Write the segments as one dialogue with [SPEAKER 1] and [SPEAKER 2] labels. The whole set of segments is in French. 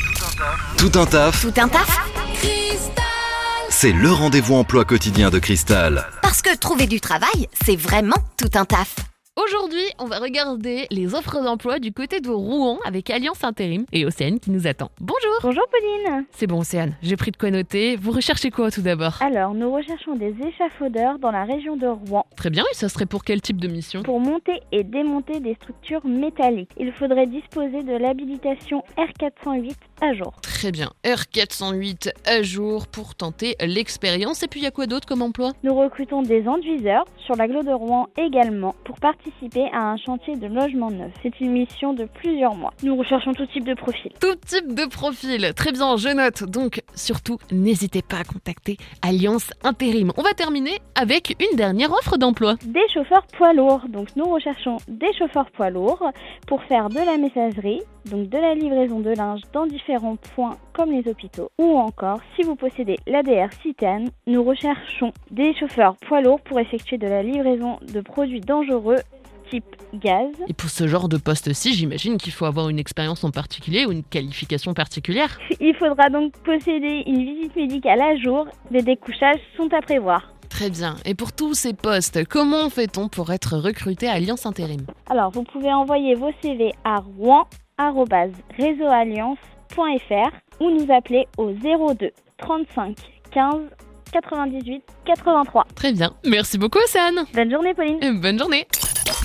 [SPEAKER 1] Tout un taf,
[SPEAKER 2] Tout un taf
[SPEAKER 1] c'est le rendez-vous emploi quotidien de Cristal.
[SPEAKER 2] Parce que trouver du travail, c'est vraiment tout un taf.
[SPEAKER 3] Aujourd'hui, on va regarder les offres d'emploi du côté de Rouen avec Alliance Intérim et Océane qui nous attend. Bonjour
[SPEAKER 4] Bonjour Pauline.
[SPEAKER 3] C'est bon Océane, j'ai pris de quoi noter. Vous recherchez quoi tout d'abord
[SPEAKER 4] Alors, nous recherchons des échafaudeurs dans la région de Rouen
[SPEAKER 3] Très bien, et ça serait pour quel type de mission
[SPEAKER 4] pour monter et démonter des structures métalliques. Il faudrait disposer de l'habilitation R408 à jour.
[SPEAKER 3] Très bien, R408 à jour pour tenter l'expérience. Et puis il y a quoi d'autre comme emploi
[SPEAKER 4] Nous recrutons des enduiseurs sur l'agglo de Rouen également pour participer à un chantier de logement neuf. C'est une mission de plusieurs mois. Nous recherchons tout type de profil.
[SPEAKER 3] Tout type de profil. Très bien, je note. Donc surtout, n'hésitez pas à contacter Alliance Intérim. On va terminer avec une dernière offre d'emploi.
[SPEAKER 4] Des chauffeurs poids lourds. Donc nous recherchons des chauffeurs poids lourds pour faire de la messagerie, donc de la livraison de linge dans différents points comme les hôpitaux. Ou encore, si vous possédez l'ADR Citane, nous recherchons des chauffeurs poids lourds pour effectuer de la livraison de produits dangereux type gaz.
[SPEAKER 3] Et pour ce genre de poste-ci, j'imagine qu'il faut avoir une expérience en particulier ou une qualification particulière.
[SPEAKER 4] Il faudra donc posséder une visite médicale à jour. Des découchages sont à prévoir.
[SPEAKER 3] Très bien. Et pour tous ces postes, comment fait-on pour être recruté à Alliance Intérim
[SPEAKER 4] Alors, vous pouvez envoyer vos CV à rouen@réseaualliance.fr ou nous appeler au 02 35 15 98 83.
[SPEAKER 3] Très bien. Merci beaucoup, Océane.
[SPEAKER 4] Bonne journée, Pauline.
[SPEAKER 3] Et bonne journée.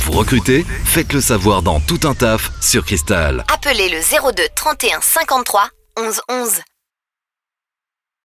[SPEAKER 1] Vous recrutez Faites le savoir dans Tout un taf sur Cristal.
[SPEAKER 2] Appelez le 02 31 53 11 11.